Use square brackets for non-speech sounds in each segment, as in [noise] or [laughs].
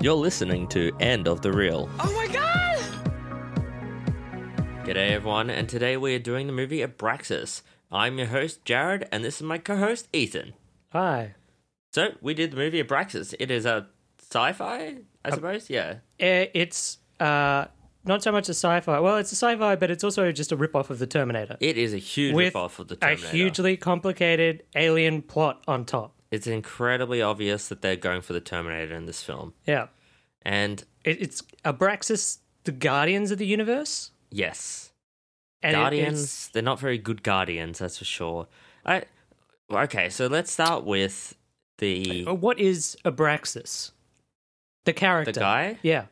You're listening to End of the Reel. Oh my god! G'day, everyone, and today we are doing the movie Abraxas. I'm your host, Jared, and this is my co host, Ethan. Hi. So, we did the movie Abraxas. It is a sci fi, I suppose? Yeah. Eh, It's uh, not so much a sci-fi. Well, it's a sci-fi, but it's also just a rip-off of the Terminator. It is a huge with ripoff of the a Terminator. hugely complicated alien plot on top. It's incredibly obvious that they're going for the Terminator in this film. Yeah. And It, it's Abraxas, the Guardians of the Universe. yes, And it- it's- Guardians, they're not very good Guardians, that's for sure. I, okay, so let's start with the. Uh, what is Abraxas? The character. guy? Yeah.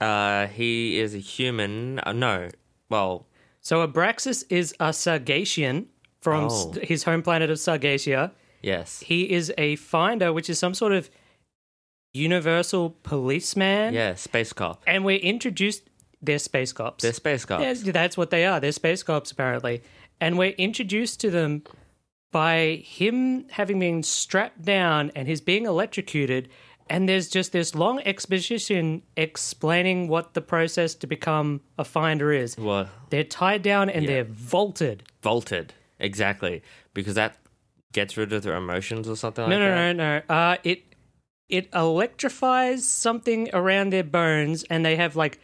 Oh. Uh, he is a human. Uh, no, well, So Abraxas is a Sargassian from s- Oh. his home planet of Sargassia. yes, He is a finder, which is some sort of universal policeman. yeah, space cop. And we're introduced. They're space cops. They're space cops. Yes, that's what they are. They're space cops, apparently. And we're introduced to them by him having been strapped down and his being electrocuted. And there's just this long exposition explaining what the process to become a finder is. Well, They're tied down and Yeah. they're vaulted. vaulted exactly because that gets rid of their emotions or something. No, like that. no, no, no. Uh, it it electrifies something around their bones, and they have like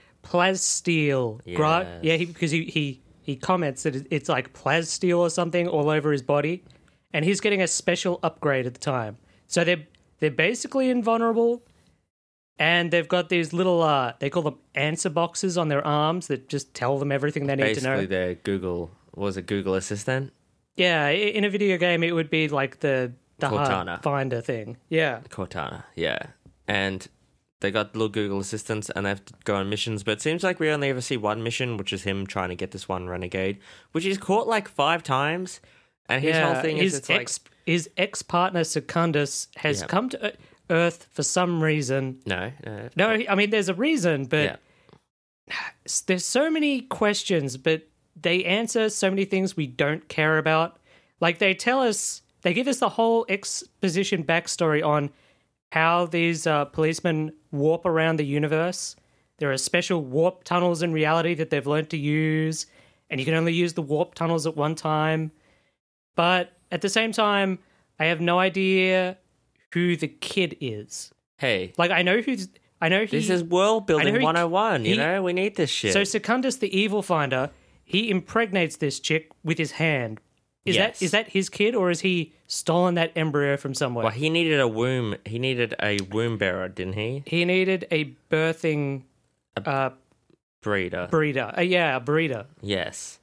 plasteel. Yes. yeah, he, because he, he he comments that it- it's like plasteel or something all over his body, and he's getting a special upgrade at the time. So they're they're basically invulnerable, and they've got these little uh, they call them answer boxes on their arms that just tell them everything they need to know. Basically, their Google was it Google Assistant Yeah, i- in a video game, it would be like the the Cortana. hard finder thing. Yeah. Cortana. Yeah, and they got little Google Assistants and they have to go on missions. But it seems like we only ever see one mission, which is him trying to get this one renegade, which he's caught like five times. And his whole thing is his it's ex his ex partner Secundus has Yeah. come to Ear- Earth for some reason. like no, no, No, I mean there's a reason, but yeah, s- there's so many questions, but they answer so many things we don't care about. Like they tell us, they give us the whole exposition backstory on how these uh, policemen warp around the universe. There are special warp tunnels in reality that they've learned to use, and you can only use the warp tunnels at one time. But at the same time, I have no idea who the kid is. hey, Like I know who's, I know he, this is world I know building he- one hundred and one. You he- know, we need this shit. so Secundus, the evil finder, he impregnates this chick with his hand. Is Yes. that is that his kid, or has he stolen that embryo from somewhere? well, he needed a womb. He needed a womb bearer, didn't he? he needed a birthing uh, Breeder. breeder. Uh, yeah, a breeder. Yes.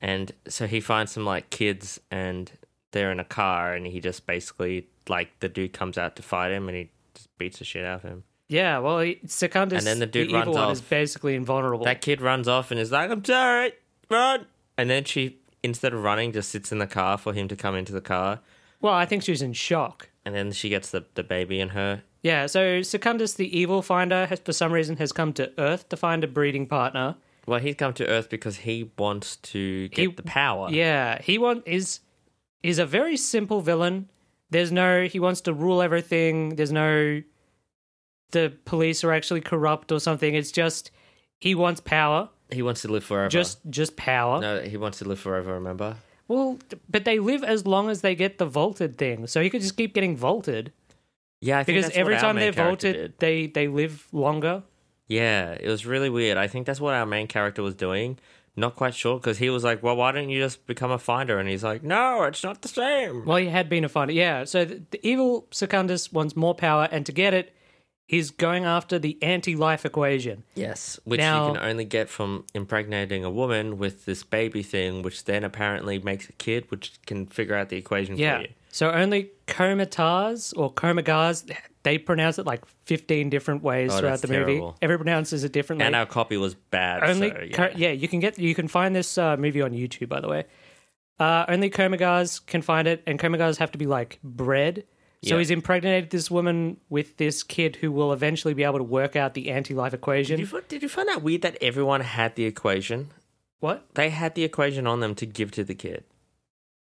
And so he finds some like kids and they're in a car and he just basically like the dude comes out to fight him and he just beats the shit out of him. Yeah. Well, he, Secundus, And then the dude runs evil one, off. is basically invulnerable. That kid runs off and is like, I'm sorry, run and then she instead of running just sits in the car for him to come into the car well, I think she's in shock. and then she gets the, the baby in her. Yeah. So Secundus, the evil finder, has for some reason has come to Earth to find a breeding partner. Well, he's come to Earth because he wants to get He- the power. Yeah, he want is is a very simple villain. There's no he wants to rule everything. There's no the police are actually corrupt or something. It's just he wants power, He wants to live forever. just just power. No, he wants to live forever, remember? Well, th- but they live as long as they get the vaulted thing. So he could just keep getting vaulted Yeah, I think because that's what every our time main they're character did. vaulted, they they live longer. Yeah, it was really weird. I think that's what our main character was doing. Not quite sure because he was like, "Well, why don't you just become a finder?" And he's like, "No, it's not the same." Well, he had been a finder. Yeah. So the, the evil Secundus wants more power, and to get it, he's going after the anti-life equation. Yes, which Now- you can only get from impregnating a woman with this baby thing, which then apparently makes a kid, which can figure out the equation Yeah. for you. So only Komatars or Komagars, they pronounce it like 15 different ways Oh, throughout that's the terrible. movie. Everyone pronounces it differently. And our copy was bad. only so, yeah. Ko- yeah. you can get you can find this uh, movie on YouTube by the way. Uh, only Komagars can find it and Komagars have to be like bred. So Yeah. he's impregnated this woman with this kid who will eventually be able to work out the anti-life equation. Did you, fi- did you find that weird that everyone had the equation? What? They had the equation on them to give to the kid.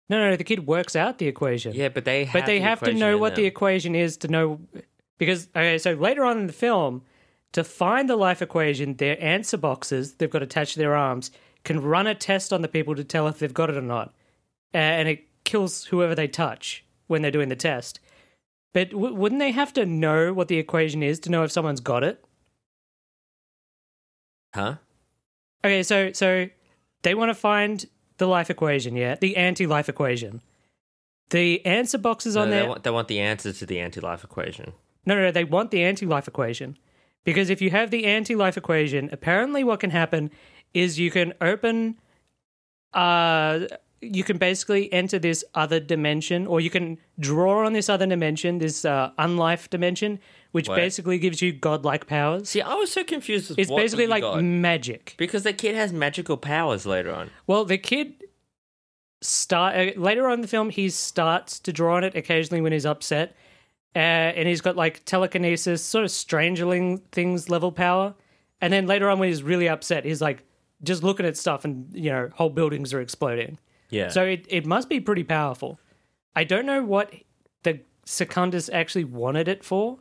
No, no, the kid works out the equation. Yeah, but they have but they the have to equation know in what the them. equation is to know Because okay, so later on in the film, to find the life equation, their answer boxes they've got attached to their arms can run a test on the people to tell if they've got it or not, uh, and it kills whoever they touch when they're doing the test. But w- wouldn't they have to know what the equation is to know if someone's got it? Huh? Okay, so so they want to find the life equation, yeah, the anti-life equation. The answer boxes on No, there. they, want, they want the answer to the anti-life equation. No, no, no, they want the anti life equation. Because if you have the anti life equation, apparently what can happen is you can open, uh, you can basically enter this other dimension, or you can draw on this other dimension, this uh, unlife dimension, which What? basically gives you godlike powers. See, I was so confused with It's what basically he like got. magic. because the kid has magical powers later on. Well, the kid start uh, later on in the film. He starts to draw on it occasionally when he's upset, uh, and he's got like telekinesis, sort of strangling things level power. And then later on, when he's really upset, he's like just looking at stuff, and you know, whole buildings are exploding. Yeah. So it it must be pretty powerful. I don't know what the Secundus actually wanted it for.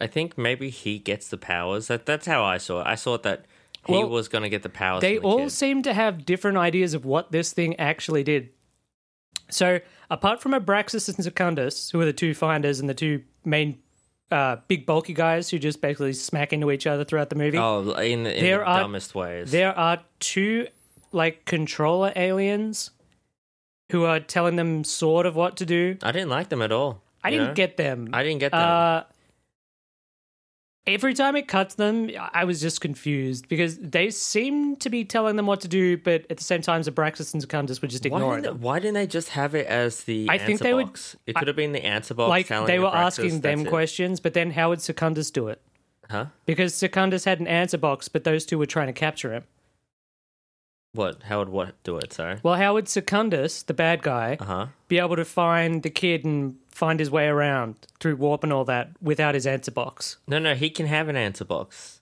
I think maybe he gets the powers. That that's how I saw it. I saw that he Well, was going to get the powers. They from the all kid. seem to have different ideas of what this thing actually did. So, apart from Abraxas and Secundus, who are the two finders and the two main uh, big bulky guys who just basically smack into each other throughout the movie, Oh, in the, in There the are- dumbest ways. there are two like controller aliens who are telling them sort of what to do. I didn't like them at all. I you didn't know? get them. I didn't get them. Uh, every time it cuts them, I was just confused because they seem to be telling them what to do, but at the same time, Abraxas and Secundus were just why, ignoring didn't them. why didn't they just have it as the I answer think they would- box? It could have been the answer box. Like telling they were Abraxas, asking them that's it. questions, but then how would Secundus do it? Huh? Because Secundus had an answer box, but those two were trying to capture him. What? How would what do it? Sorry. Well, how would Secundus, the bad guy, Uh huh. be able to find the kid and find his way around through warp and all that without his answer box? No, no. He can have an answer box.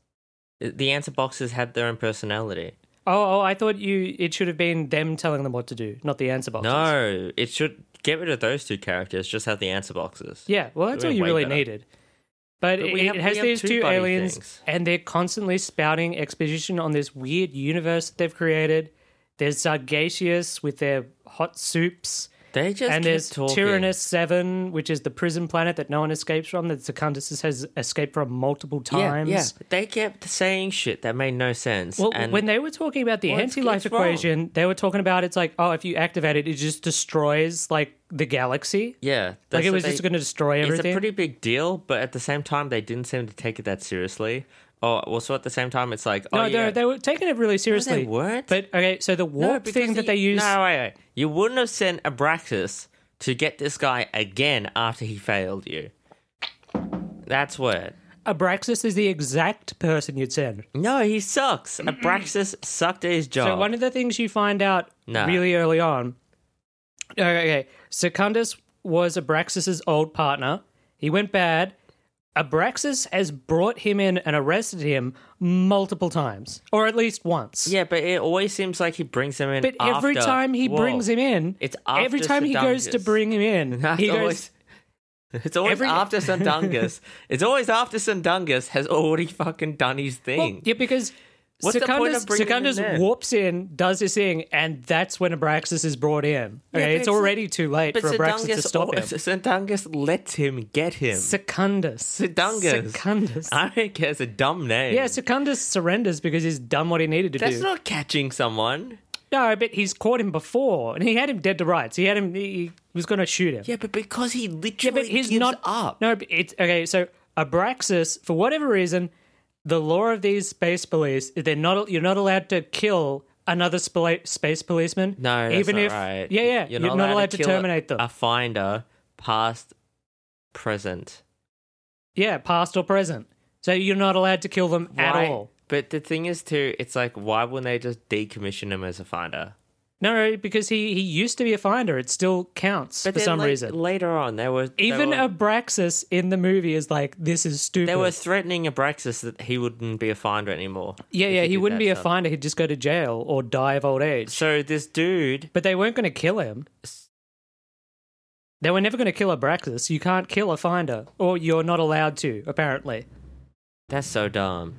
The answer boxes had their own personality. Oh, oh I thought you it should have been them telling them what to do, not the answer box. No, it should get rid of those two characters. Just have the answer boxes. Yeah, well, that's all Doing you way really better. needed. But, But it, we have- it has we have these two two buddy aliens, things. and they're constantly spouting exposition on this weird universe that they've created. There's Sargacius with their hot soups, They just and keep there's talking. Tyrannus Seven, which is the prison planet that no one escapes from. That Secundus has escaped from multiple times. Yeah, yeah. They kept saying shit that made no sense. Well, and when they were talking about the Well, it's- anti-life it's wrong. equation, they were talking about it's like, oh, if you activate it, it just destroys like the galaxy. yeah, Like that's it what was they- just going to destroy It's everything. a pretty big deal, but at the same time, they didn't seem to take it that seriously. Oh, also at the same time, it's like, No, oh, they yeah. they were taking it really seriously. weren't. But okay, so the No, warp because thing that he- they used. No, wait, wait. You wouldn't have sent Abraxas to get this guy again after he failed you. That's what. Abraxas is the exact person you'd send. No, he [clears throat] sucks. Abraxas sucked at his job. So one of the things you find out Oh. Nah. really early on. Okay, okay, Secundus was Abraxas's old partner. He went bad. Abraxas has brought him in and arrested him multiple times, or at least once. yeah, but it always seems like he brings him in. But every after- time he Whoa. brings him in, It's every after time he goes to Secundus. bring him [laughs] in, That's he goes. always- It's always Every- [laughs] after Sundungus. it's always after Sundungus has already fucking done his Well, thing. yeah, because What's the point of Secundus, bringing him in Secundus there? warps in, does his thing, and that's when Abraxas is brought in. Okay, but it's it's- already too late But for Abraxas to Sundungus, stop [laughs] him. Sundungus lets him get him. Secundus. Secundus. Ah. Secundus. I don't care. It's a dumb name. Yeah, Secundus surrenders because he's done what he needed to that's do. not catching someone. no, but he's caught him before, and he had him dead to rights. He had him. He, he was going to shoot him. Yeah, but because he Yeah, literally but he's gives not up. No, but it's okay. So Abraxas, for whatever reason, the law of these space police, they're not. You're not allowed to kill another spa- space policeman. No, that's even not if right. yeah, yeah, you're, not, allowed, to, kill a- terminate them. A finder, past, present. yeah, past or present. So you're not allowed to kill them Why- at all. But the thing is, too, it's like, why wouldn't they just decommission him as a finder? No, no, because he he used to be a finder. It still counts for then, some like, reason. later on, they were they Even were- Abraxas in the movie is like, this is stupid. They were threatening Abraxas that he wouldn't be a finder anymore. yeah, if yeah, he did wouldn't that be a stuff. finder. He'd just go to jail or die of old age. So this dude, But they weren't going to kill him. They were never going to kill Abraxas. You can't kill a finder, or you're not allowed to, apparently. That's so dumb.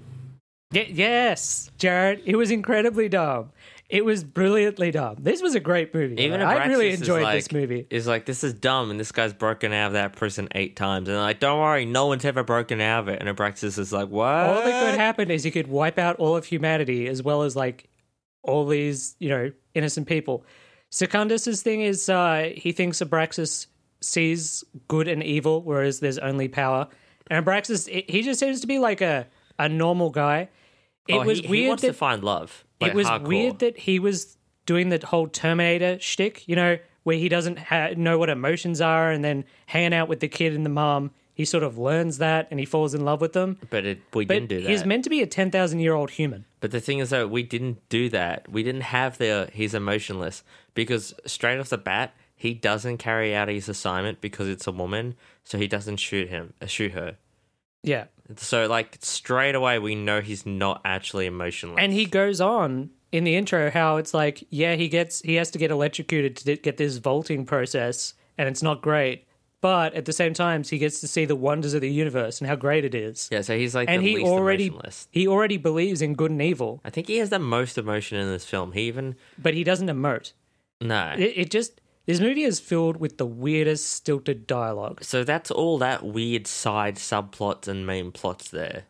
Y- yes, Jared, it was incredibly dumb. It was brilliantly dumb. This was a great movie. Even Like, I Abraxas really is enjoyed like, this movie. Is like this is dumb, and this guy's broken out of that prison eight times, and they're like don't worry, no one's ever broken out of it. And Abraxas is like, what? All that Uh, could happen is you could wipe out all of humanity as well as like all these, you know, innocent people. Secundus's thing is uh, he thinks Abraxas sees good and evil, whereas there's only power. And Abraxas, he- he just seems to be like a, a normal guy. It Oh, was he, weird He wants that to find love. it was weird that he was doing the whole Terminator shtick, you know, where he doesn't ha- know what emotions are, and then hanging out with the kid and the mom, he sort of learns that and he falls in love with them. but it, we But didn't do that. he's meant to be a ten thousand year old human. But the thing is, though, we didn't do that. We didn't have the he's emotionless because straight off the bat, he doesn't carry out his assignment because it's a woman, so he doesn't shoot him, uh, shoot her. Yeah, So like straight away, we know he's not actually emotionless. and he goes on in the intro how it's like, yeah, he gets he has to get electrocuted to get this vaulting process, and it's not great. But at the same time, he gets to see the wonders of the universe and how great it is. yeah, so he's like and the he least already emotionless. he already believes in good and evil, I think he has the most emotion in this film. He even but he doesn't emote. no. It, it just this movie is filled with the weirdest stilted dialogue. so that's all that weird side subplots and main plots there.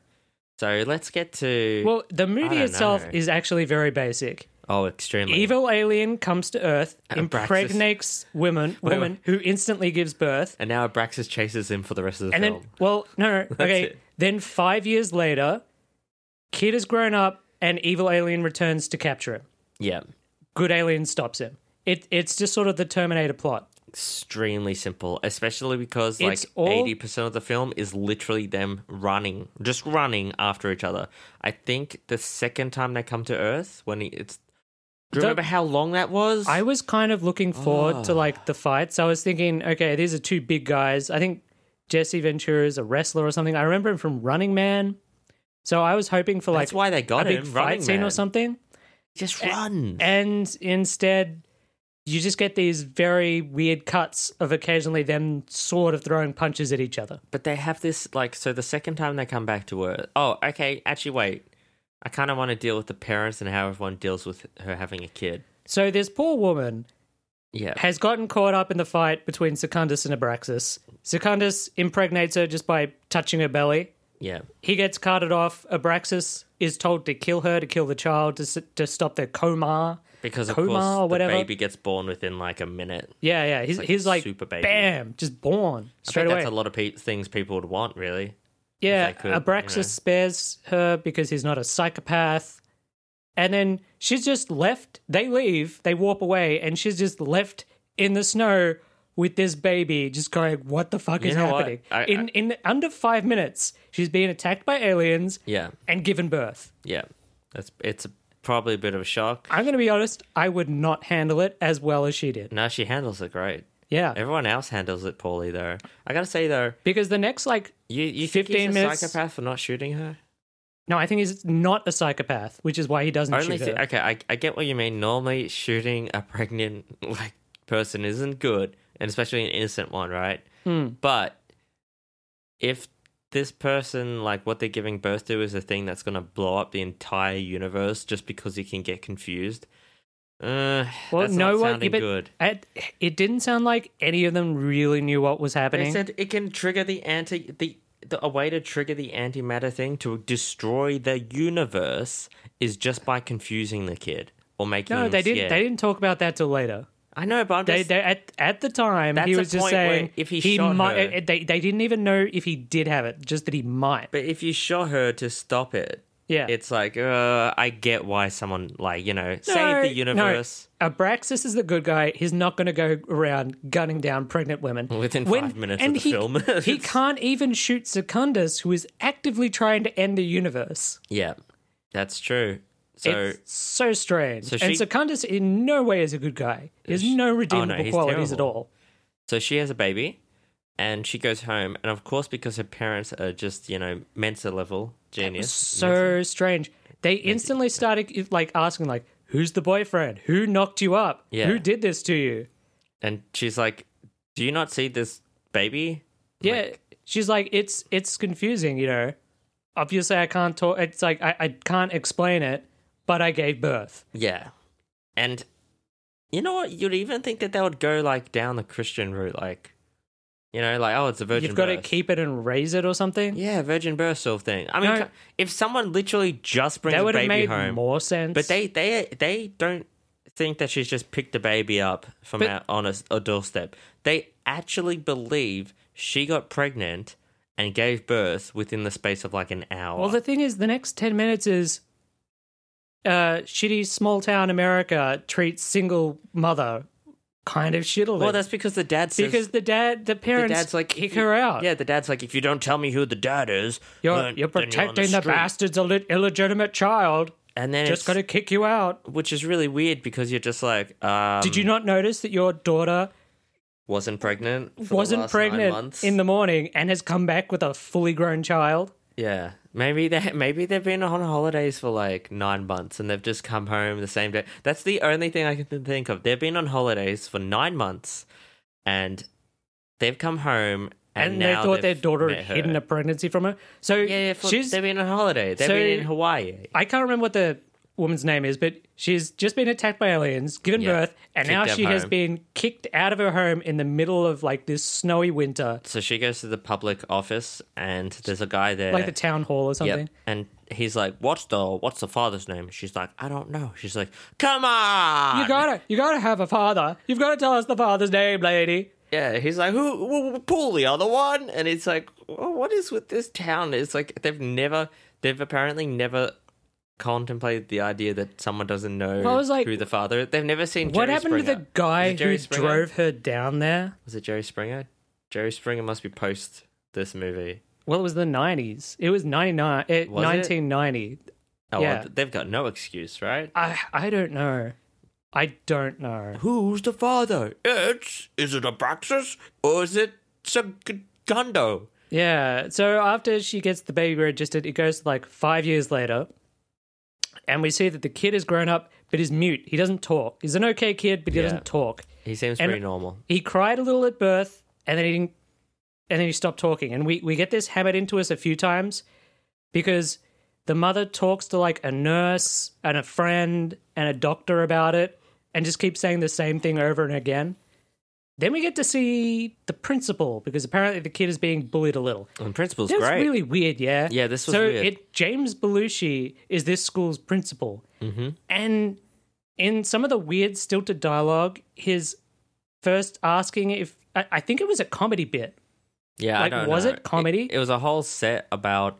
So let's get to Well, the movie don't itself know. is actually very basic. oh, extremely Evil alien comes to Earth, And Abraxas. impregnates women, woman who instantly gives birth, And now Abraxas chases him for the rest of the and film. then well, no, no, okay. it. Then five years later, kid has grown up, and evil alien returns to capture him. yeah. Good alien stops him. It it's just sort of the Terminator plot. Extremely simple, especially because It's like all- eighty percent of the film is literally them running, just running after each other. I think the second time they come to Earth, when he, it's, do you The- remember how long that was? I was kind of looking forward to Ah. like the fights. I was thinking, okay, these are two big guys. I think Jesse Ventura is a wrestler or something. I remember him from Running Man. So I was hoping for like That's why they a got big him. Running fight scene Man. or Eh. something. Just run. And instead, you just get these very weird cuts of occasionally them sort of throwing punches at each other. But they have this like so the second time they come back to Earth. Oh, okay. Actually, wait. I kind of want to deal with the parents and how everyone deals with her having a kid. So this poor woman Yeah. has gotten caught up in the fight between Secundus and Abraxas. Secundus impregnates her just by touching her belly. Yeah. He gets carted off. Abraxas is told to kill her, to kill the child, to, s- to stop the coma. Because of Coma or course whatever. the baby gets born within like a minute. Yeah, yeah. He's, like he's a like, super baby. bam, just born straight I think away. that's a lot of pe- things people would want, really. yeah, they could, you Abraxas know. spares her because he's not a psychopath. And then she's just left. They leave, they warp away, and she's just left in the snow with this baby, just going, "What the fuck You is know what? happening?" I- in in under five minutes, she's being attacked by aliens Yeah, and given birth. yeah. That's it's probably a bit of a shock. I'm going to be honest, I would not handle it as well as she did. No, she handles it great. Yeah. Everyone else handles it poorly, though. I gotta say though, Because the next, like, you you 15 think he's minutes- a psychopath for not shooting her? no, I think he's not a psychopath, which is why he doesn't Only shoot her. thi- okay, I I get what you mean. Normally, shooting a pregnant [laughs] like person isn't good, and especially an innocent one, right? Hmm. But if this person, like what they're giving birth to, is a thing that's gonna blow up the entire universe just because he can get confused, uh, Well, that's no not one- sounding but good. It, it didn't sound like any of them really knew what was They happening. said it can trigger the anti the. The, a way to trigger the antimatter thing to destroy the universe is just by confusing the kid or making no, him they didn't. scared. They didn't talk about that till later. I know, but I'm They, just- they at at the time That's he a was just point where saying if he shot might. her- They they didn't even know if he did have it, just that he might. But if you shot her to stop it, Yeah. it's like uh, I get why someone like you know No, save the universe. No. Abraxas is the good guy. He's not going to go around gunning down pregnant women Within five minutes of and the he, film. he can't even shoot Secundus, who is actively trying to end the universe. Yeah, that's true. So it's so strange. so and she- Oh, Secundus in no way is a good guy. He has no redeemable he's qualities terrible. at all. so she has a baby, and she goes home, and of course because her parents are just you know Mensa level genius. So strange. They instantly started like asking like, "Who's the boyfriend? Who knocked you up? Yeah. Who did this to you?" and she's like Do you not see this baby? Yeah, she's like, it's it's confusing, you know. Obviously, I can't talk. It's like I, I can't explain it, but I gave birth. Yeah. And you know what? You'd even think that they would go like down the Christian route, like you know, like oh, it's a virgin. You've got to birth. keep it and raise it or something. Yeah, virgin birth sort of thing. I mean, No. c- if someone literally just brings that a would have baby made home, more sense. but they they they don't think that she's just picked the baby up from But- out on a, a doorstep. They actually believe she got pregnant and gave birth within the space of like an hour. Well, the thing is, the next 10 minutes is uh, shitty small town America treats single mother kind of shittily. well, that's because the dad says because the dad, the the parents, dad's like kick "If you- her out. Yeah, the dad's like if you don't tell me who the dad is, You're, then- you're then on protecting the, street." bastard's Ill- illegitimate child. And then Just just got to kick you out. which is really weird because you're just like um, Did you not notice that your daughter wasn't pregnant for the wasn't last nine pregnant months?" in the morning and has come back with a fully grown child? Yeah. Maybe they [laughs] maybe they've been on holidays for like nine months and they've just come home the same day. That's the only thing I can think of. They've been on holidays for nine months and they've come home and, And, they now thought their they've daughter met had her. hidden a pregnancy from her. So Yeah, yeah for, she's they've been on holiday. They've So- been in Hawaii. I can't remember what the woman's name is, but she's just been attacked by aliens, given Yeah. birth, and Kicked now out of she has home. been kicked out of her home in the middle of like this snowy winter, So she goes to the public office and there's a guy there. like the town hall or something. Yep. And he's like, What's the what's the father's name? She's like, I don't know. She's like, Come on. You gotta, you gotta have a father. You've got to tell us the father's name, lady. Yeah, he's like, who, who, who- Paul, the other one? And it's like, "Wha- what is with this town? It's like, they've never, they've apparently never contemplated the idea that someone doesn't know Well, I was like- who the father They've never seen What Jerry happened to Springer. the guy Was it Jerry who Springer? drove her down there? Was it Jerry Springer? Jerry Springer must be post this movie. Well, it was the nineties. It was ninety nine, Was it? nineteen ninety. Oh, well, Yeah. th- they've got no excuse, right? I, I don't know. I don't know. Who's the father? It's, is it Abraxas or is it Segundo? Yeah. So after she gets the baby registered, it goes to like five years later. And we see that the kid has grown up but is mute. He doesn't talk. He's an okay kid, but he Yeah. doesn't talk. He seems And- pretty normal. He cried a little at birth and then he didn't, and then he stopped talking. And we, we get this hammered into us a few times because the mother talks to like a nurse and a friend and a doctor about it and just keeps saying the same thing over and again. Then we get to see the principal because apparently the kid is being bullied a little. And principal's That's great. really weird, yeah. Yeah, this was so weird. It, James Belushi is this school's principal, mm-hmm. and in some of the weird stilted dialogue, his first asking if I, I think it was a comedy bit. Yeah, Like, I don't was know. it comedy? It, was a whole set about.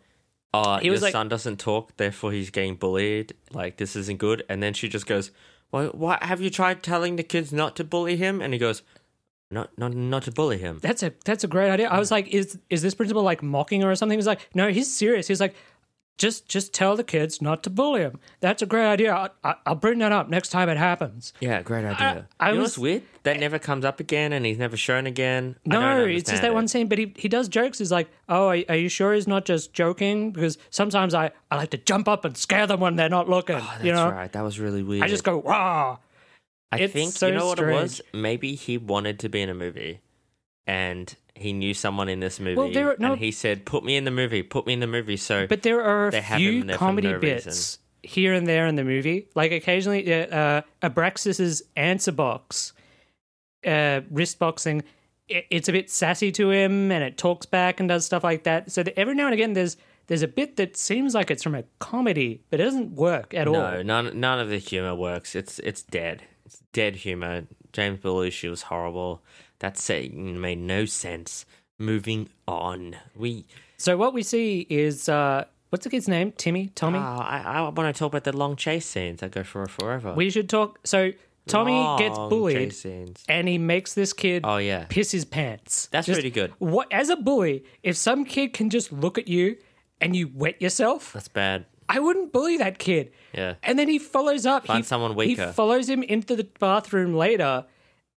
Uh, He was your like- son doesn't talk, therefore he's getting bullied. Like this isn't good. And then she just goes, "Well, why have you tried telling the kids not to bully him?" And he goes, "Not, not, not to bully him." That's a that's a great idea. I was like, is is this principal like mocking her or something? He's like, no, he's serious. He's like, just just tell the kids not to bully him. That's a great idea. I, I, I'll bring that up next time it happens. Yeah, great idea. I you know what's was- eh, weird? That never comes up again, and he's never shown again. I don't No, it's understand just that it. one scene, but he, he does jokes. He's like, Oh, are, are you sure he's not just joking? Because sometimes I, I like to jump up and scare them when they're not looking. Oh, That's you know, right. That was really weird. I just go, Wah. I It's think so you know what it was. Maybe he wanted to be in a movie, and he knew someone in this movie, there are- no- and he said, "Put me in the movie. Put me in the movie." So, But there are a They have few him there for comedy no bits reason. here and there in the movie. Like occasionally, uh, uh, Abraxas's answer box, uh, wrist boxing, i- it's a bit sassy to him, and it talks back and does stuff like that. So that every now and again, there's there's a bit that seems like it's from a comedy, but it doesn't work at all. no, none none of the humor works. It's it's dead. It's dead humor. James Belushi was horrible. That saying made no sense. Moving on. We So what we see is uh, what's the kid's name? Timmy, Tommy. oh, I, I want to talk about the long chase scenes that go for forever. we should talk. So Tommy gets Long bullied, Chase scenes. and he makes this kid Oh yeah. piss his pants. That's pretty good. What as a bully, if some kid can just look at you and you wet yourself, That's bad. I wouldn't bully that kid. Yeah. And then he follows up. Find he, someone He weaker. follows him into the bathroom later,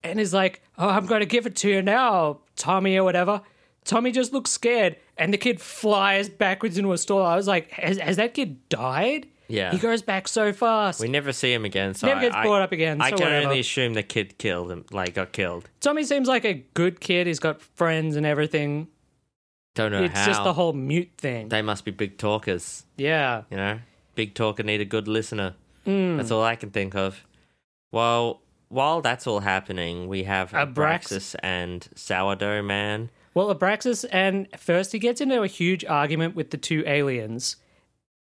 and is like, "Oh, I'm going to give it to you now, Tommy or whatever." Tommy just looks scared, and the kid flies backwards into a stall. I was like, "Has, has that kid died?" Yeah. He goes back so fast. We never see him again. So Never I- gets I, brought up again, I so can whatever. only assume the kid killed him, like got killed. Tommy seems like a good kid. He's got friends and everything. Don't know it's how. just the whole mute thing. they must be big talkers, yeah. you know. Big talker need a good listener. Mm. That's all I can think of. Well, while that's all happening, we have Abrax- Abraxas and Sourdough Man. Well, Abraxas, and first he gets into a huge argument with the two aliens,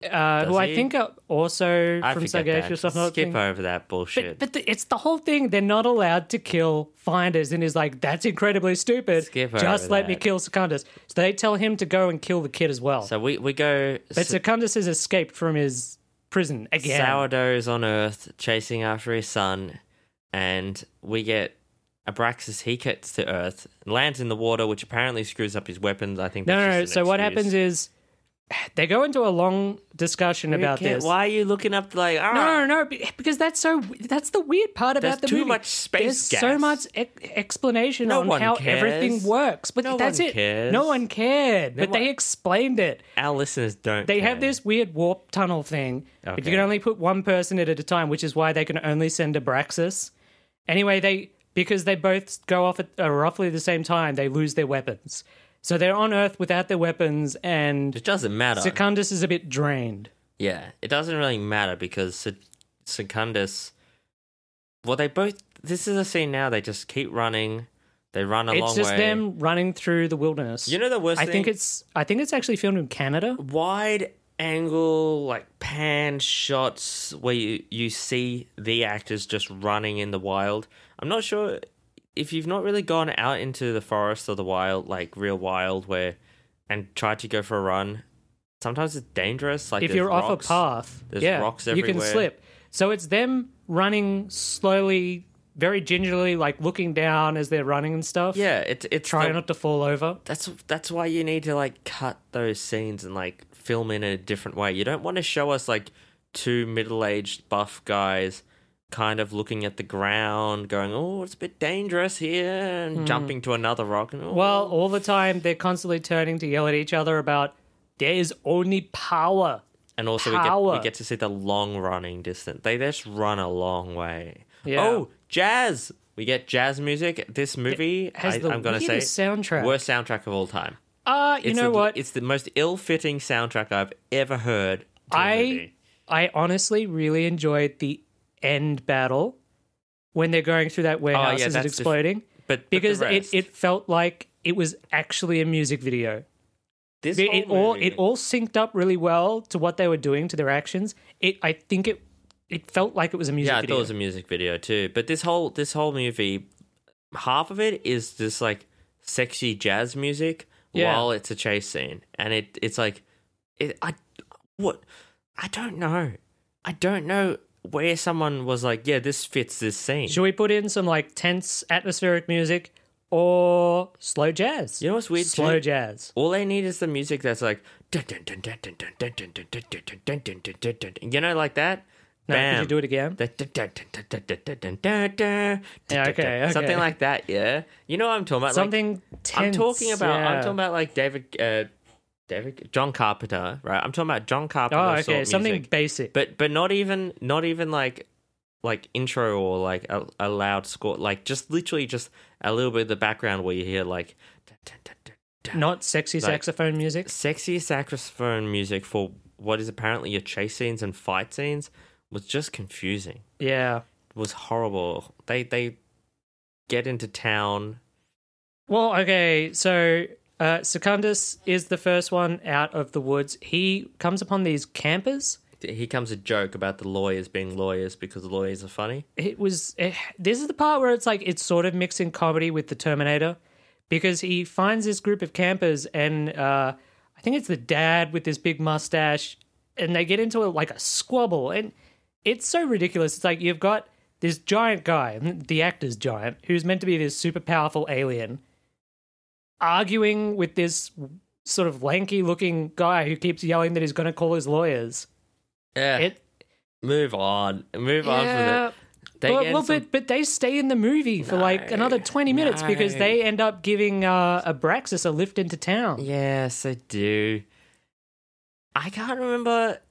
uh, who I he? think are also I from forget Sagacious that. or something. Skip like that. over that bullshit. But the, it's the whole thing. They're not allowed to kill finders, and he's like, "That's incredibly stupid. Skip over Just let me that. kill Secundus." So they tell him to go and kill the kid as well. so we we go. but Secundus has escaped from his prison again. Sourdough is on Earth chasing after his son, and we get Abraxas. He gets to Earth, lands in the water, which apparently screws up his weapons. I think. no, that's no. just no. an So what excuse. happens is they go into a long discussion You about can't- this. Why are you looking up like? "Ah, No, no, be- because that's so. That's the weird part There's about the too movie. much space There's gas. so much e- explanation No on one how cares. everything works, but No that's one it. cares. No one cared, but one- they explained it. Our listeners don't. They care. have this weird warp tunnel thing, but you Okay. can only put one person in at a time, which is why they can only send Abraxas. Anyway, they because they both go off at uh, roughly the same time, they lose their weapons. So they're on Earth without their weapons, and It doesn't matter. Secundus is a bit drained. yeah, it doesn't really matter because Se- Secundus. Well, they both. This is a scene now. They just keep running. They run a long It's just way. them running through the wilderness. You know the worst I thing. think it's I think it's actually filmed in Canada. wide angle like pan shots where you, you see the actors just running in the wild i'm not sure if you've not really gone out into the forest or the wild like real wild where and tried to go for a run sometimes it's dangerous like if you're there's off rocks. a path, There's yeah, rocks you can everywhere. slip. So it's them running slowly, very gingerly, like looking down as they're running and stuff. yeah it's it's trying the- not to fall over. that's that's why you need to like cut those scenes and like film in a different way. You don't want to show us like two middle-aged buff guys kind of looking at the ground going, "Oh, it's a bit dangerous here," and jumping to another rock and oh. Hmm. Well, all the time they're constantly turning to yell at each other about there is only power. and also we get power. we get to see the long running distance. They just run a long way. Yeah. Oh, jazz. We get jazz music. This movie has I, the I'm going to say weirdest soundtrack. worst soundtrack of all time. Uh, you It's know the- what? It's the most ill-fitting soundtrack I've ever heard. to a I movie. I honestly really enjoyed the end battle when they're going through that warehouse as Oh, that's it's the- exploding. but- but the because rest. it, it felt like it was actually a music video. This It, whole it all movie- it all synced up really well to what they were doing to their actions. It I think it it felt like it was a music yeah, I thought video. it was a music video too. But this whole this whole movie, half of it is just like sexy jazz music Yeah. while it's a chase scene, and it it's like, it, I what I don't know, I don't know where someone was like, yeah, this fits this scene. Should we put in some like tense atmospheric music or slow jazz? You know what's weird too? Slow jazz. All they need is the music that's like, dun dun dun dun dun dun dun dun dun dun dun dun dun dun dun dun dun dun. you know, like that. No, could Bam. you do it again? Yeah, okay, okay, okay. something like that. Yeah, you know what I'm talking about. like- Something tense. I'm talking about. I'm yeah. talking about like David, uh, David John Carpenter, right? I'm talking about John Carpenter. Oh, sort okay. of Something music. basic. but but not even not even like like intro or like a, a loud score. Like just literally just a little bit of the background where you hear like not sexy saxophone music. sexy saxophone music for what is apparently your chase scenes and fight scenes was just confusing Yeah. was horrible. They they get into town. Well, okay, so uh, Secundus is the first one out of the woods. He comes upon these campers. Here comes a joke about the lawyers being lawyers because lawyers are funny. It was eh, this is the part where it's like it's sort of mixing comedy with the Terminator, because he finds this group of campers and uh, I think it's the dad with this big mustache, and they get into a, like a squabble, and it's so ridiculous. It's like you've got this giant guy, the actor's giant, who's meant to be this super powerful alien, arguing with this sort of lanky looking guy who keeps yelling that he's going to call his lawyers. Yeah, It, move on, move on from Yeah. it. They But, get well, some- but but they stay in the movie for like No, another twenty minutes because no. they end up giving uh, Abraxas a lift into town. yes, I do. I can't remember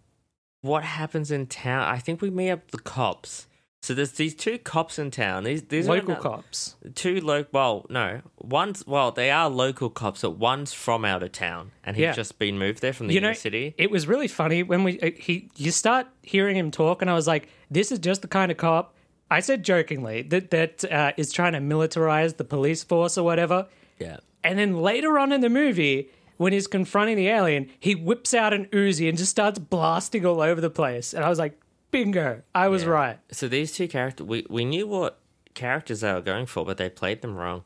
what happens in town. I think we meet up the cops. So there's these two cops in town. These these Local are ano- cops. Two local. Well, no, one's well they are local cops, but one's from out of town, and he's Yeah. just been moved there from the You inner know, city. it was really funny when we uh, he you start hearing him talk, and I was like, "This is just the kind of cop." I said jokingly that that uh, is trying to militarize the police force or whatever. Yeah. And then later on in the movie, when he's confronting the alien, he whips out an Uzi and just starts blasting all over the place. And I was like, "Bingo! I was right." So these two characters, we we knew what characters they were going for, but they played them wrong.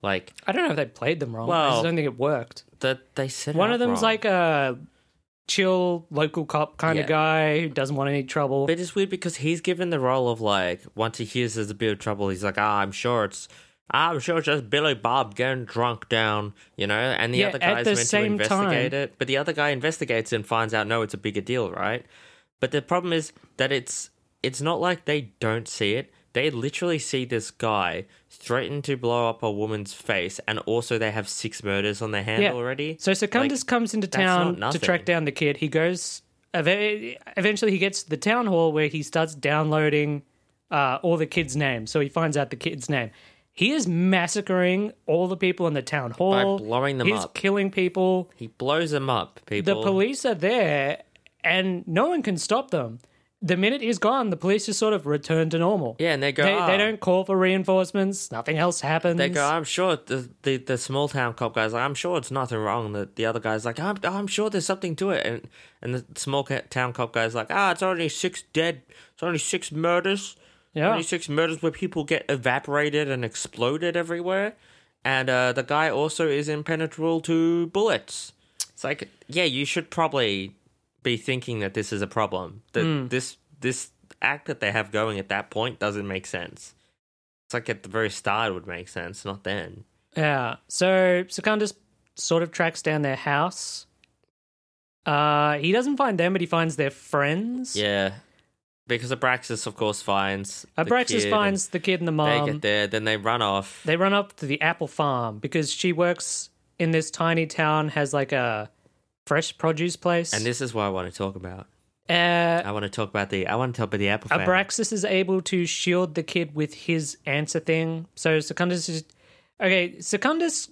Like I don't know if they played them wrong. I Well, just don't think it worked. that they said One of them's like a chill local cop kind Yeah. of guy who doesn't want any trouble. But it's weird because he's given the role of like once he hears there's a bit of trouble, he's like, ah, I'm sure it's, ah, I'm sure it's just Billy Bob getting drunk down, you know. And the Yeah, other guy's at the meant to same investigate time- it, but the other guy investigates and finds out no, it's a bigger deal, right? But the problem is that it's it's not like they don't see it. They literally see this guy threaten to blow up a woman's face, and also they have six murders on their hand Yeah. already. So Secundus comes into not town to nothing. track down the kid. He goes. eve- Eventually, he gets to the town hall where he starts downloading uh, all the kids' names. So he finds out the kid's name. He is massacring all the people in the town hall, blowing them He's up. killing people. he blows them up, The people. police are there, and no one can stop them. The minute he's gone, the police just sort of return to normal. Yeah, and they go, They, "Ah." they don't call for reinforcements. Nothing else happens. They go, "Ah." I'm sure the, the, the small town cop guy's like, I'm sure it's nothing wrong. The, the other guy's like, I'm, I'm sure there's something to it. And and the small ca- town cop guy's like, ah, it's only six dead. It's only six murders. Yeah. Only six murders where people get evaporated and exploded everywhere. And uh, the guy also is impenetrable to bullets. It's like, yeah, you should probably be thinking that this is a problem. That Hmm. this this act that they have going at that point doesn't make sense. It's like at the very start it would make sense, not then. Yeah. So Secundus sort of tracks down their house. Uh, he doesn't find them, but he finds their friends. Yeah. Because Abraxas, of course, finds the kid Abraxas and Uh, finds um, the kid and the They mom. They, get there, then they run off. run up to the apple farm because she works in this tiny town, has like a fresh produce place. and this is what I want to talk about. uh, I want to talk about the. I want to talk about the apple. family. Abraxas is able to shield the kid with his answer thing. So Secundus is okay. Secundus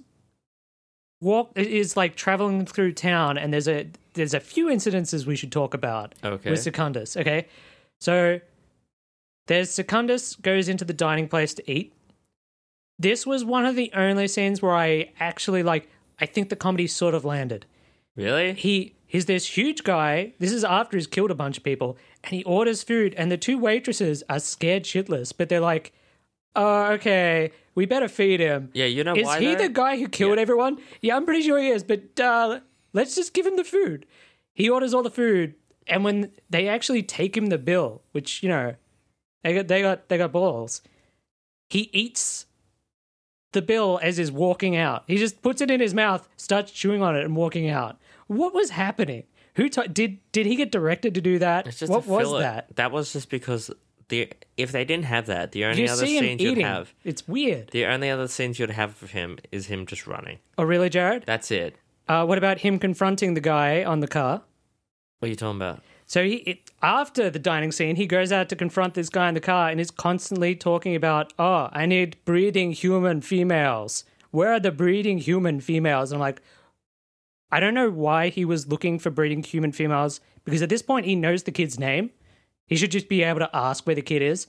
walk is like traveling through town, and there's a there's a few incidences we should talk about Okay. with Secundus. Okay, so there's Secundus goes into the dining place to eat. This was one of the only scenes where I actually like. I think the comedy sort of landed Really? he he's this huge guy. This is after he's killed a bunch of people, and he orders food, and the two waitresses are scared shitless, but they're like, "Oh, okay, we better feed him." Yeah, you know Is why? he though? the guy who killed everyone? Yeah, I'm pretty sure he is, but uh, let's just give him the food. He orders all the food, and when they actually take him the bill, which you know, they got they got they got balls. He eats the bill as he's walking out. He just puts it in his mouth, starts chewing on it, and walking out. What was happening? Who t- did did he get directed to do that? It's just what to was fill it. that? That was just because the if they didn't have that, the only You other see him scenes you'd eating. have, It's weird. the only other scenes you'd have of him is him just running. Oh, really, Jared? That's it. Uh, what about him confronting the guy on the car? What are you talking about? So he it, after the dining scene, he goes out to confront this guy in the car and is constantly talking about, "Oh, I need breeding human females. Where are the breeding human females?" And I'm like, I don't know why he was looking for breeding human females because at this point he knows the kid's name. He should just be able to ask where the kid is.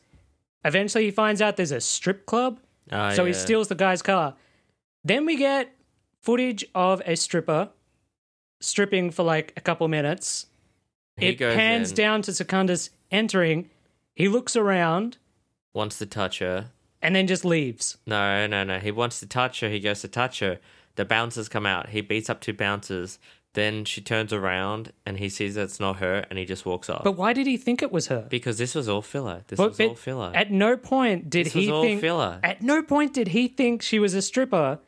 Eventually, he finds out there's a strip club, Ah, so he yeah. steals the guy's car. Then we get footage of a stripper stripping for like a couple minutes He it goes pans in, down to Secundus entering. He looks around wants to touch her. and then just leaves. No, no, no. He wants to touch her. He goes to touch her. The bouncers come out. He beats up two bouncers. Then she turns around and he sees that it's not her, and he just walks off. But why did he think it was her? because this was all filler. This But- was but all filler. At no point did This was he all think. filler. At no point did he think she was a stripper.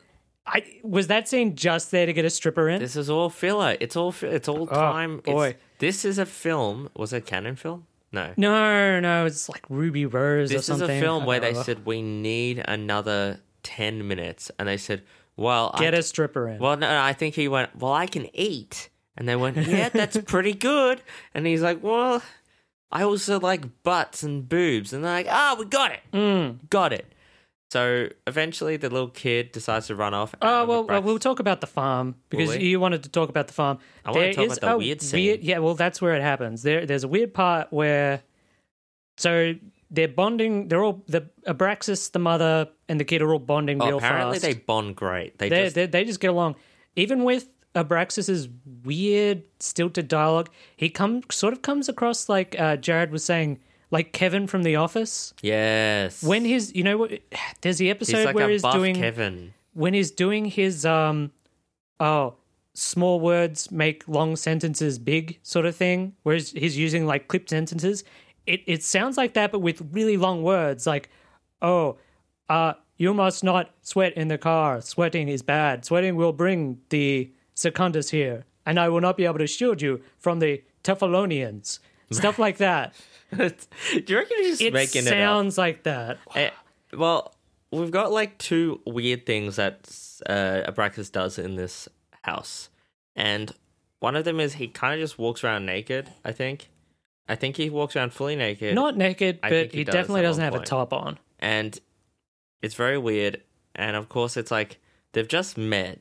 I was that scene just there to get a stripper in. This is all filler. It's all. fi- It's all time. it's- Ah, boy. this is a film. Was it a canon film? No. no, no, it's like Ruby Rose or This is something. Uh, a film I where don't they know. said we need another ten minutes, and they said, "Well, get I, a stripper in. Well, no, no, I think he went. Well, I can eat, And they went, Yeah, [laughs] that's pretty good. And he's like, Well, I also like butts and boobs. And they're like, Ah, we got it. Hmm. Got it. So eventually the little kid decides to run off. Oh and well, Brax- well, we'll talk about the farm because we? you wanted to talk about the farm. I wanna talk about the weird scene. Yeah, well, that's where it happens. There, there's a weird part where, so they're bonding. They're all the Abraxas, the mother, and the kid are all bonding Oh, real apparently fast. they bond great. They they just they they just get along. Even with Abraxas's weird stilted dialogue, he come sort of comes across like uh, Jared was saying, like Kevin from The Office. yes. When his, you know, what- there's the he's episode like where a he's buff doing Kevin. when he's doing his um oh small words make long sentences big sort of thing whereas he's using like clipped sentences it it sounds like that but with really long words like oh uh you must not sweat in the car sweating is bad sweating will bring the secundus here and i will not be able to shield you from the [laughs] tefalonians stuff like that [laughs] Do you reckon he's just it making it up? sounds like that Eh, well, we've got like two weird things that uh, Abraxas does in this house, and one of them is he kind of just walks around naked. I think, I think he walks around fully naked, not naked I but think he he does definitely at doesn't one have a point. top on and it's very weird. And of course, it's like they've just met,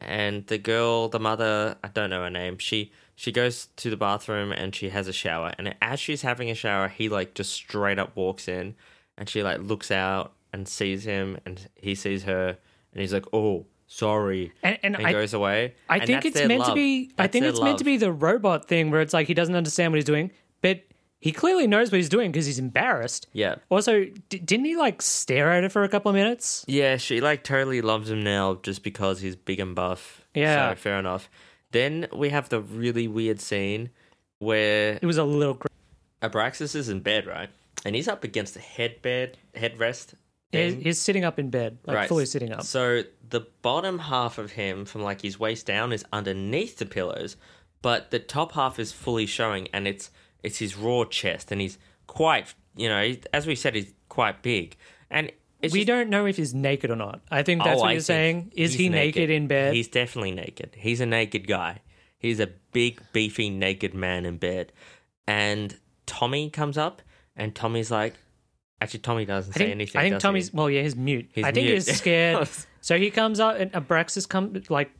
and the girl, the mother, I don't know her name. She she goes to the bathroom and she has a shower, and as she's having a shower, he like just straight up walks in, and she like looks out and sees him, and he sees her, and he's like, "Oh, sorry," And- and I- goes away. I And think that's it's their meant to love. be. I That's think their it's meant to love. be the robot thing where it's like he doesn't understand what he's doing, but he clearly knows what he's doing because he's embarrassed. Yeah. Also, d- didn't he like stare at her for a couple of minutes? Yeah, she like totally loves him now just because he's big and buff. Yeah. So fair enough. Then we have the really weird scene where It was a little. Cr- Abraxas is in bed, right? And he's up against a headbed, headrest. he's, thing. he's sitting up in bed, like fully sitting up. So the bottom half of him, from like his waist down, is underneath the pillows, but the top half is fully showing, and it's it's his raw chest, and he's quite, you know, he- as we said, he's quite big, and it's we just- don't know if he's naked or not. I think that's Oh, what I you're think saying. Is he's he naked. in bed? He's definitely naked. He's a naked guy. He's a big, beefy, naked man in bed. And Tommy comes up, and Tommy's like, actually, Tommy doesn't I say think, anything. I think does he? Tommy's. Well, yeah, he's mute. He's I think mute. [laughs] he's scared. so he comes up and Abraxas comes like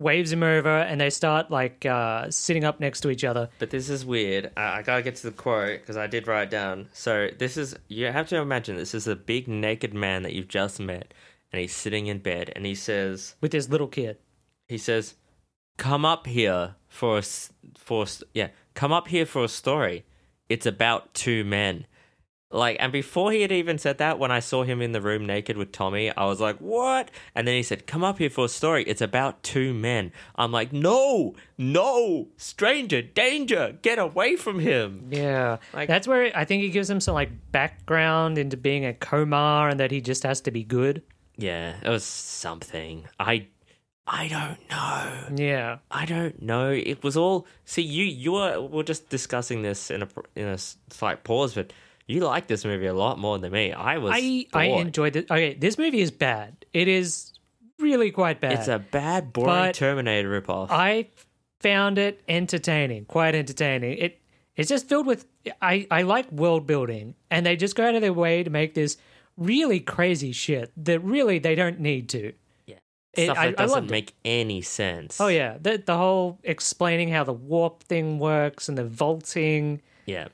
waves him over, and they start like uh, sitting up next to each other. But this is weird. I, I gotta get to the quote because I did write it down. So this is you have to imagine this is a big naked man that you've just met, and he's sitting in bed, and he says, with this little kid. he says, "Come up here for a s- for a s- yeah, come up here for a story. It's about two men." Like, and before he had even said that, when I saw him in the room naked with Tommy, I was like, "What?" And then he said, "Come up here for a story. It's about two men." I'm like, "No, no, stranger, danger, get away from him." Yeah. Like- That's where I think he gives him some like background into being a Komar and that he just has to be good. Yeah, it was something. I, I don't know. Yeah. I don't know. It was all. See, you you were we are just discussing this in a in a s- slight pause, but you like this movie a lot more than me. I was. I I bored. enjoyed it. Okay, this movie is bad. It is really quite bad. It's a bad, boring But- Terminator ripoff. I found it entertaining, quite entertaining. It it's just filled with I I like world building and they just go out of their way to make this really crazy shit that really they don't need to. it- Stuff I- that I doesn't loved it. make any sense. Oh yeah, the the whole explaining how the warp thing works and the vaulting yeah.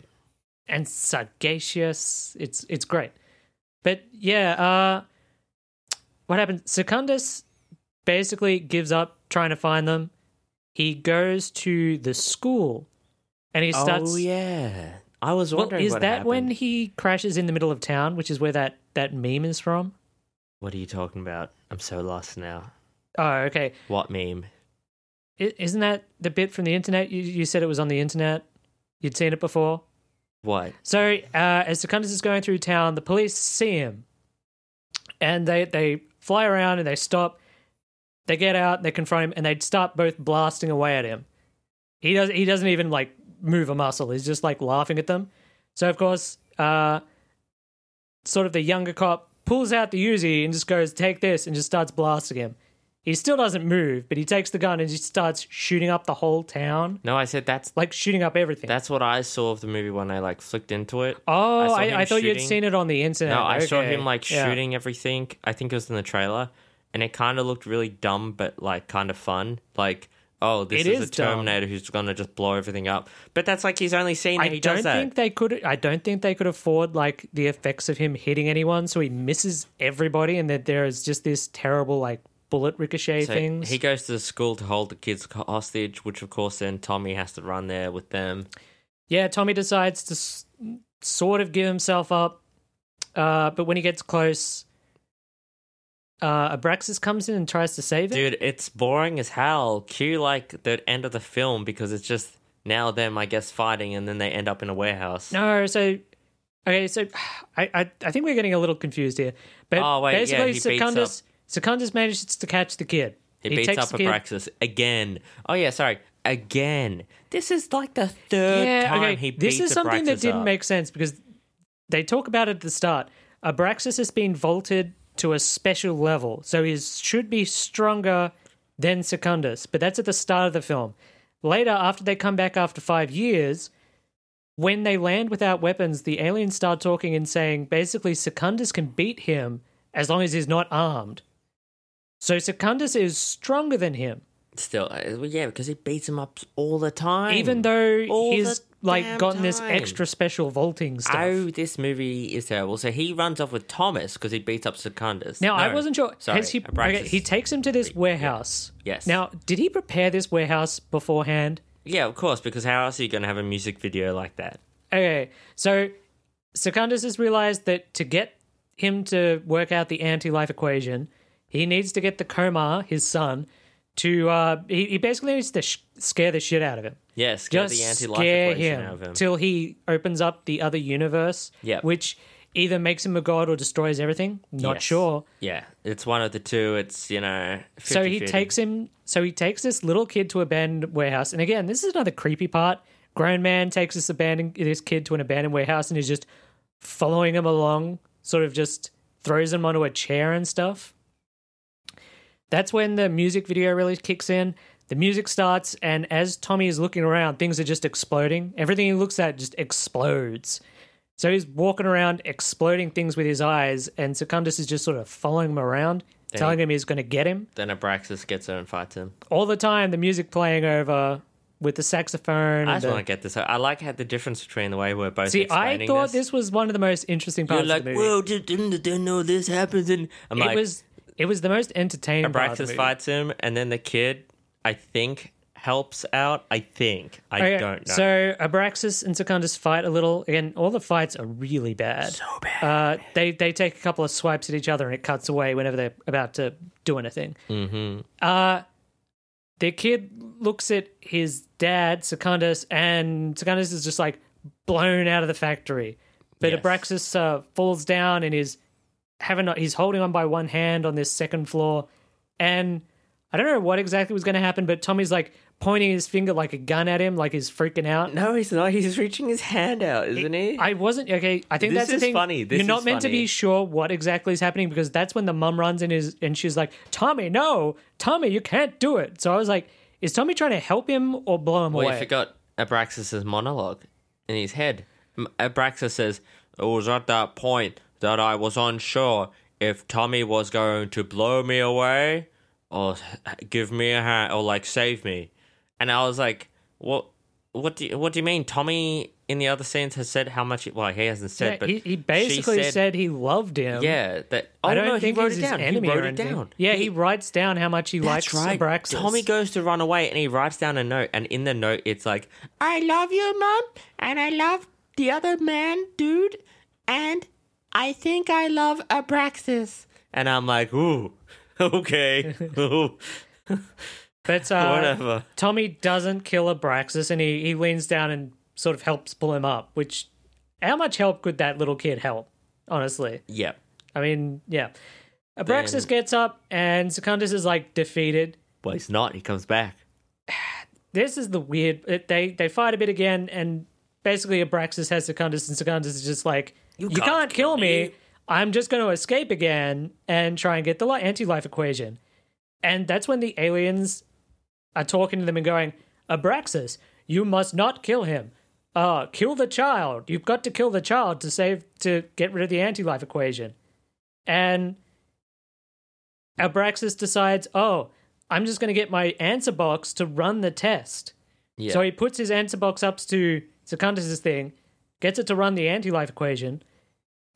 and sagacious. It's it's great. But yeah, uh what happened? Secundus basically gives up trying to find them. He goes to the school and he starts oh yeah. I was Well, wondering. is what that happened. when he crashes in the middle of town, which is where that that meme is from? What are you talking about? I'm so lost now. Oh, okay. What meme? I, isn't that the bit from the internet? You, you said it was on the internet. You'd seen it before. What? So uh, as Secundus is going through town, the police see him, and they they fly around and they stop. They get out, they confront him, and they start both blasting away at him. He does. He doesn't even like move a muscle. He's just like laughing at them. So of course, uh, sort of the younger cop pulls out the Uzi and just goes, "Take this," and just starts blasting him. He still doesn't move, but he takes the gun and he starts shooting up the whole town, No, I said that's like shooting up everything. that's what I saw of the movie when I like flicked into it. oh, I saw I, him I, thought you'd shooting. seen it on the internet. No, I saw Okay. him like Yeah. shooting everything. I think it was in the trailer, and it kind of looked really dumb, but like kind of fun. Like, oh, this It is, is a dumb. Terminator who's gonna just blow everything up. But that's like he's only seen. I that he don't does that. think they could. I don't think they could afford like the effects of him hitting anyone, so he misses everybody, and that there is just this terrible like bullet ricochet So things. He goes to the school to hold the kids co- hostage, which of course then Tommy has to run there with them. yeah, Tommy decides to s- sort of give himself up, uh, but when he gets close, uh, Abraxas comes in and tries to save him. Dude, it's boring as hell. Cue like the end of the film because it's just now them, I guess, fighting, and then they end up in a warehouse. No, so okay, so [sighs] I, I I think we're getting a little confused here. But Oh, wait, yeah, basically, he beats Secundus Secundus manages to catch the kid. He, beats up the kid- Abraxas again. Oh yeah, sorry, again. This is like the third Yeah, time okay. he beats this is something that Abraxas didn't up. make sense because they talk about it at the start. Abraxas has been vaulted to a special level, so he should be stronger than Secundus. But that's at the start of the film. Later, after they come back after five years, when they land without weapons, the aliens start talking and saying basically Secundus can beat him as long as he's not armed. So Secundus is stronger than him Still, uh, well, yeah, because he beats him up all the time. even though All the he's damn like gotten this time. extra special vaulting stuff. Oh, this movie is terrible. So he runs off with Thomas because he beats up Secundus. now I No, wasn't sure. Sorry, uh, has he, Abraxas. okay, he takes him to this warehouse. Yes. Now, did he prepare this warehouse beforehand? yeah, of course, because how else are you going to have a music video like that? Okay, so Secundus has realized that to get him to work out the anti-life equation, he needs to get the Komar, his son, to uh, he, he basically needs to sh- scare the shit out of him. Yes, get just the anti-life scare equation him, out of him. till he opens up the other universe, Yep. which either makes him a god or destroys everything. Not Yes. sure. Yeah, it's one of the two. It's you know. 50, so he takes him. So he takes this little kid to abandoned warehouse, and again, this is another creepy part. Grown man takes this abandoned this kid to an abandoned warehouse, and is just following him along, sort of just throws him onto a chair and stuff. That's when the music video really kicks in. The music starts, and as Tommy is looking around, things are just exploding. Everything he looks at just explodes. So he's walking around, exploding things with his eyes, and Secundus is just sort of following him around, telling him he's going to get him Then Abraxas gets her and fights him. all the time the music playing over with the saxophone. I and just the- want to get this. out. I like how the difference between the way we're both. See, I explaining thought this. was one of the most interesting You're parts like, of the movie. whoa, did, didn't, didn't know this happens. And I'm it like, was it was the most entertaining part of the Abraxas movie. fights him, and then the kid, I think, helps out. I think. I Okay, don't know. So Abraxas and Secundus fight a little. Again, all the fights are really bad. So bad. Uh, they they take a couple of swipes at each other, and it cuts away whenever they're about to do anything. Mm-hmm. Uh, the kid looks at his dad, Secundus, and Secundus is just like blown out of the factory. But Yes. Abraxas uh, falls down and is having a- he's holding on by one hand on this second floor, and I don't know what exactly was going to happen, but Tommy's like pointing his finger like a gun at him, like he's freaking out. no, he's not. He's reaching his hand out, isn't he? I wasn't okay. I think This that's the is thing. funny. This You're not is meant to funny. be sure what exactly is happening because that's when the mum runs in his and she's like, "Tommy, no, Tommy, you can't do it." So I was like, "Is Tommy trying to help him or blow him well, you away?" forgot Abraxas's monologue in his head. M- Abraxas says, "It was at that point that I was unsure if Tommy was going to blow me away or h- give me a hand or like save me." And I was like, "What? What do you, what do you mean? Tommy in the other scenes has said how much? He, well, he hasn't said, Yeah, but he, he she basically said, said he loved him. Yeah, that. Oh I don't no, think he wrote he's it his down. He enemy or wrote it anything. down. Yeah, he, writes down how much he likes Abraxas. Tommy goes to run away, and he writes down a note. And in the note, it's like, "I love you, mum, and I love the other man, dude, and I think I love Abraxas." And I'm like, "Ooh, [laughs] [laughs] okay, Ooh, But uh, Whatever. Tommy doesn't kill Abraxas, and he, he leans down and sort of helps pull him up. Which, how much help could that little kid help? Honestly, yeah." I mean, yeah. Abraxas gets up, and Secundus is like defeated. Well, he's not. He comes back. This is the weird. It, they they fight a bit again, and basically Abraxas has Secundus, and Secundus is just like, "You, can't can't, kill kill me. me." I'm just going to escape again and try and get the li- anti-life equation." And that's when the aliens are talking to them and going, Abraxas, you must not kill him. Uh, kill the child. You've got to kill the child to save to get rid of the anti-life equation. And Abraxas decides, oh, I'm just gonna get my answer box to run the test. Yeah. So he puts his answer box up to Secundus's thing, gets it to run the anti-life equation.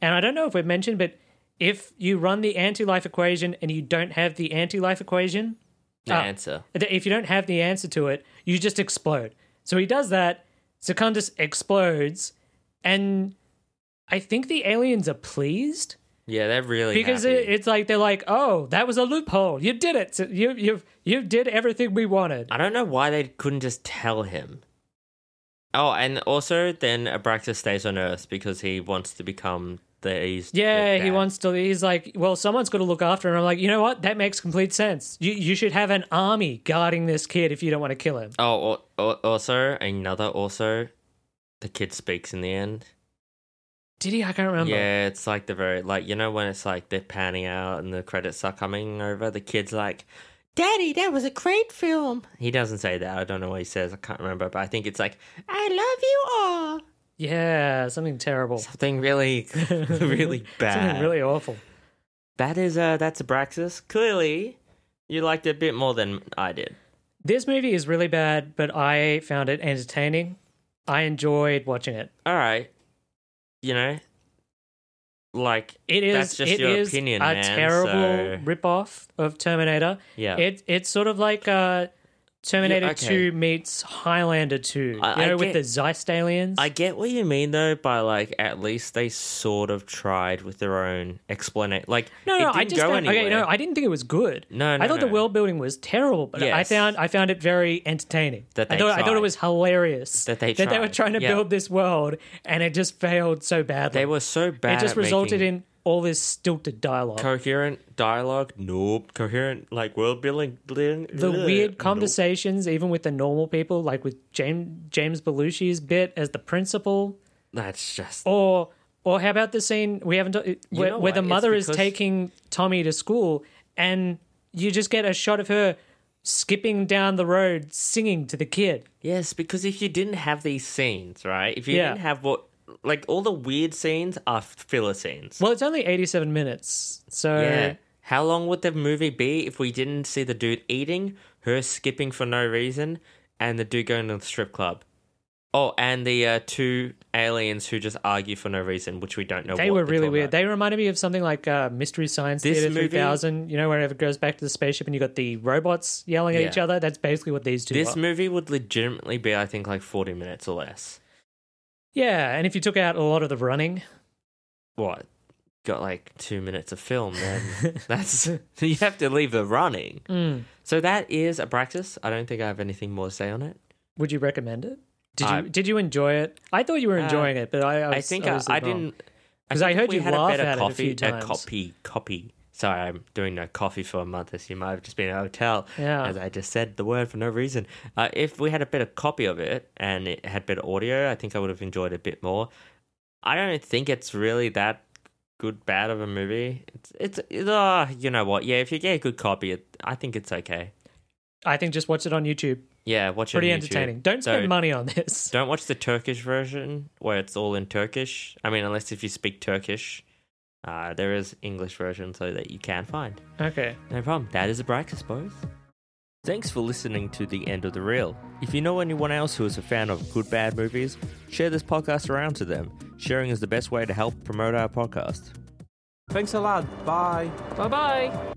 And I don't know if we've mentioned, but if you run the anti-life equation and you don't have the anti-life equation, the Ah. answer. that if you don't have the answer to it, you just explode. So he does that. Secundus explodes, and I think the aliens are pleased Yeah, they're really because happy. it, it's like they're like, "Oh, that was a loophole. You did it. So you you you did everything we wanted." I don't know why they couldn't just tell him. Oh, and also then Abraxas stays on Earth because he wants to become the he's the Yeah, he dad. wants to. He's like, "Well, someone's got to look after him." I'm like, "You know what? That makes complete sense. You you should have an army guarding this kid if you don't want to kill him." Oh, al- al- also another also, the kid speaks in the end. Did he? I can't remember. Yeah, it's like the very like you know when it's like they're panning out and the credits are coming over. The kid's like, "Daddy, that was a great film." He doesn't say that. I don't know what he says. I can't remember, but I think it's like, "I love you all." Yeah, something terrible. Something really, [laughs] really bad. [laughs] Something really awful. That is uh that's Abraxas. Clearly, you liked it a bit more than I did. This movie is really bad, but I found it entertaining. I enjoyed watching it. All right. You know, like It is that's just it your is opinion, a man. terrible so- ripoff of Terminator. Yeah. It it's sort of like uh, Terminator Yeah, okay. 2 meets Highlander 2. I- you I know, with get- the Zeist aliens. I get what you mean though by like at least they sort of tried with their own explanation. Like no, no, it didn't I just go found, anywhere. okay, no, I didn't think it was good. No, I no, thought the no. world building was terrible, but I Yes. found I found it very entertaining. That I they thought I thought it tried. was hilarious That they that they were tried, trying to yeah. build this world and it just failed so badly. they were so bad. it just at resulted making in all this stilted dialogue. coherent dialogue. Nope, coherent like world building. the weird [laughs] nope. conversations, even with the normal people, like with James James Belushi's bit as the principal, That's just or or how about the scene we haven't where, know where what, the it's mother is because- taking Tommy to school, and you just get a shot of her skipping down the road singing to the kid. Yes, because if you didn't have these scenes, right? If you Yeah. didn't have what, like all the weird scenes are filler scenes. Well, it's only eighty-seven minutes, so yeah. How long would the movie be if we didn't see the dude eating, her skipping for no reason, and the dude going to the strip club? Oh, and the uh, two aliens who just argue for no reason, which we don't know. They what were they're really talking weird. about. They reminded me of something like uh, Mystery Science This Theater movie- 3000, you know, where it goes back to the spaceship and you got the robots yelling at Yeah. each other. That's basically what these two This are. movie would legitimately be, I think, like forty minutes or less. yeah, and if you took out a lot of the running, What? Got like two minutes of film, then that's [laughs] you have to leave it running. So that is Abraxas. I don't think I have anything more to say on it. would you recommend it? Did I- you did you enjoy it? I thought you were Uh, enjoying it, but I, I, was, I think I, was I wrong. didn't 'Cause I think heard if we you had laugh a better at it a coffee, few times. copy, copy. Sorry, I'm doing no coffee for a month. As you might have just been in a hotel, Yeah. as I just said the word for no reason. Uh, if we had a better copy of it and it had better audio, I think I would have enjoyed it a bit more. I don't think it's really that good, bad of a movie. It's, it's, it's uh, you know what? Yeah, if you get a good copy, it, I think it's okay. I think just watch it on YouTube. Yeah, watch it. Pretty on YouTube. entertaining. Don't spend So- money on this. Don't watch the Turkish version where it's all in Turkish. I mean, unless if you speak Turkish, uh, there is English version so that you can find. [laughs] Okay. No problem. That is a break, I suppose. Thanks for listening to the end of the reel. If you know anyone else who is a fan of good bad movies, share this podcast around to them. Sharing is the best way to help promote our podcast. Thanks a lot. Bye. Bye bye.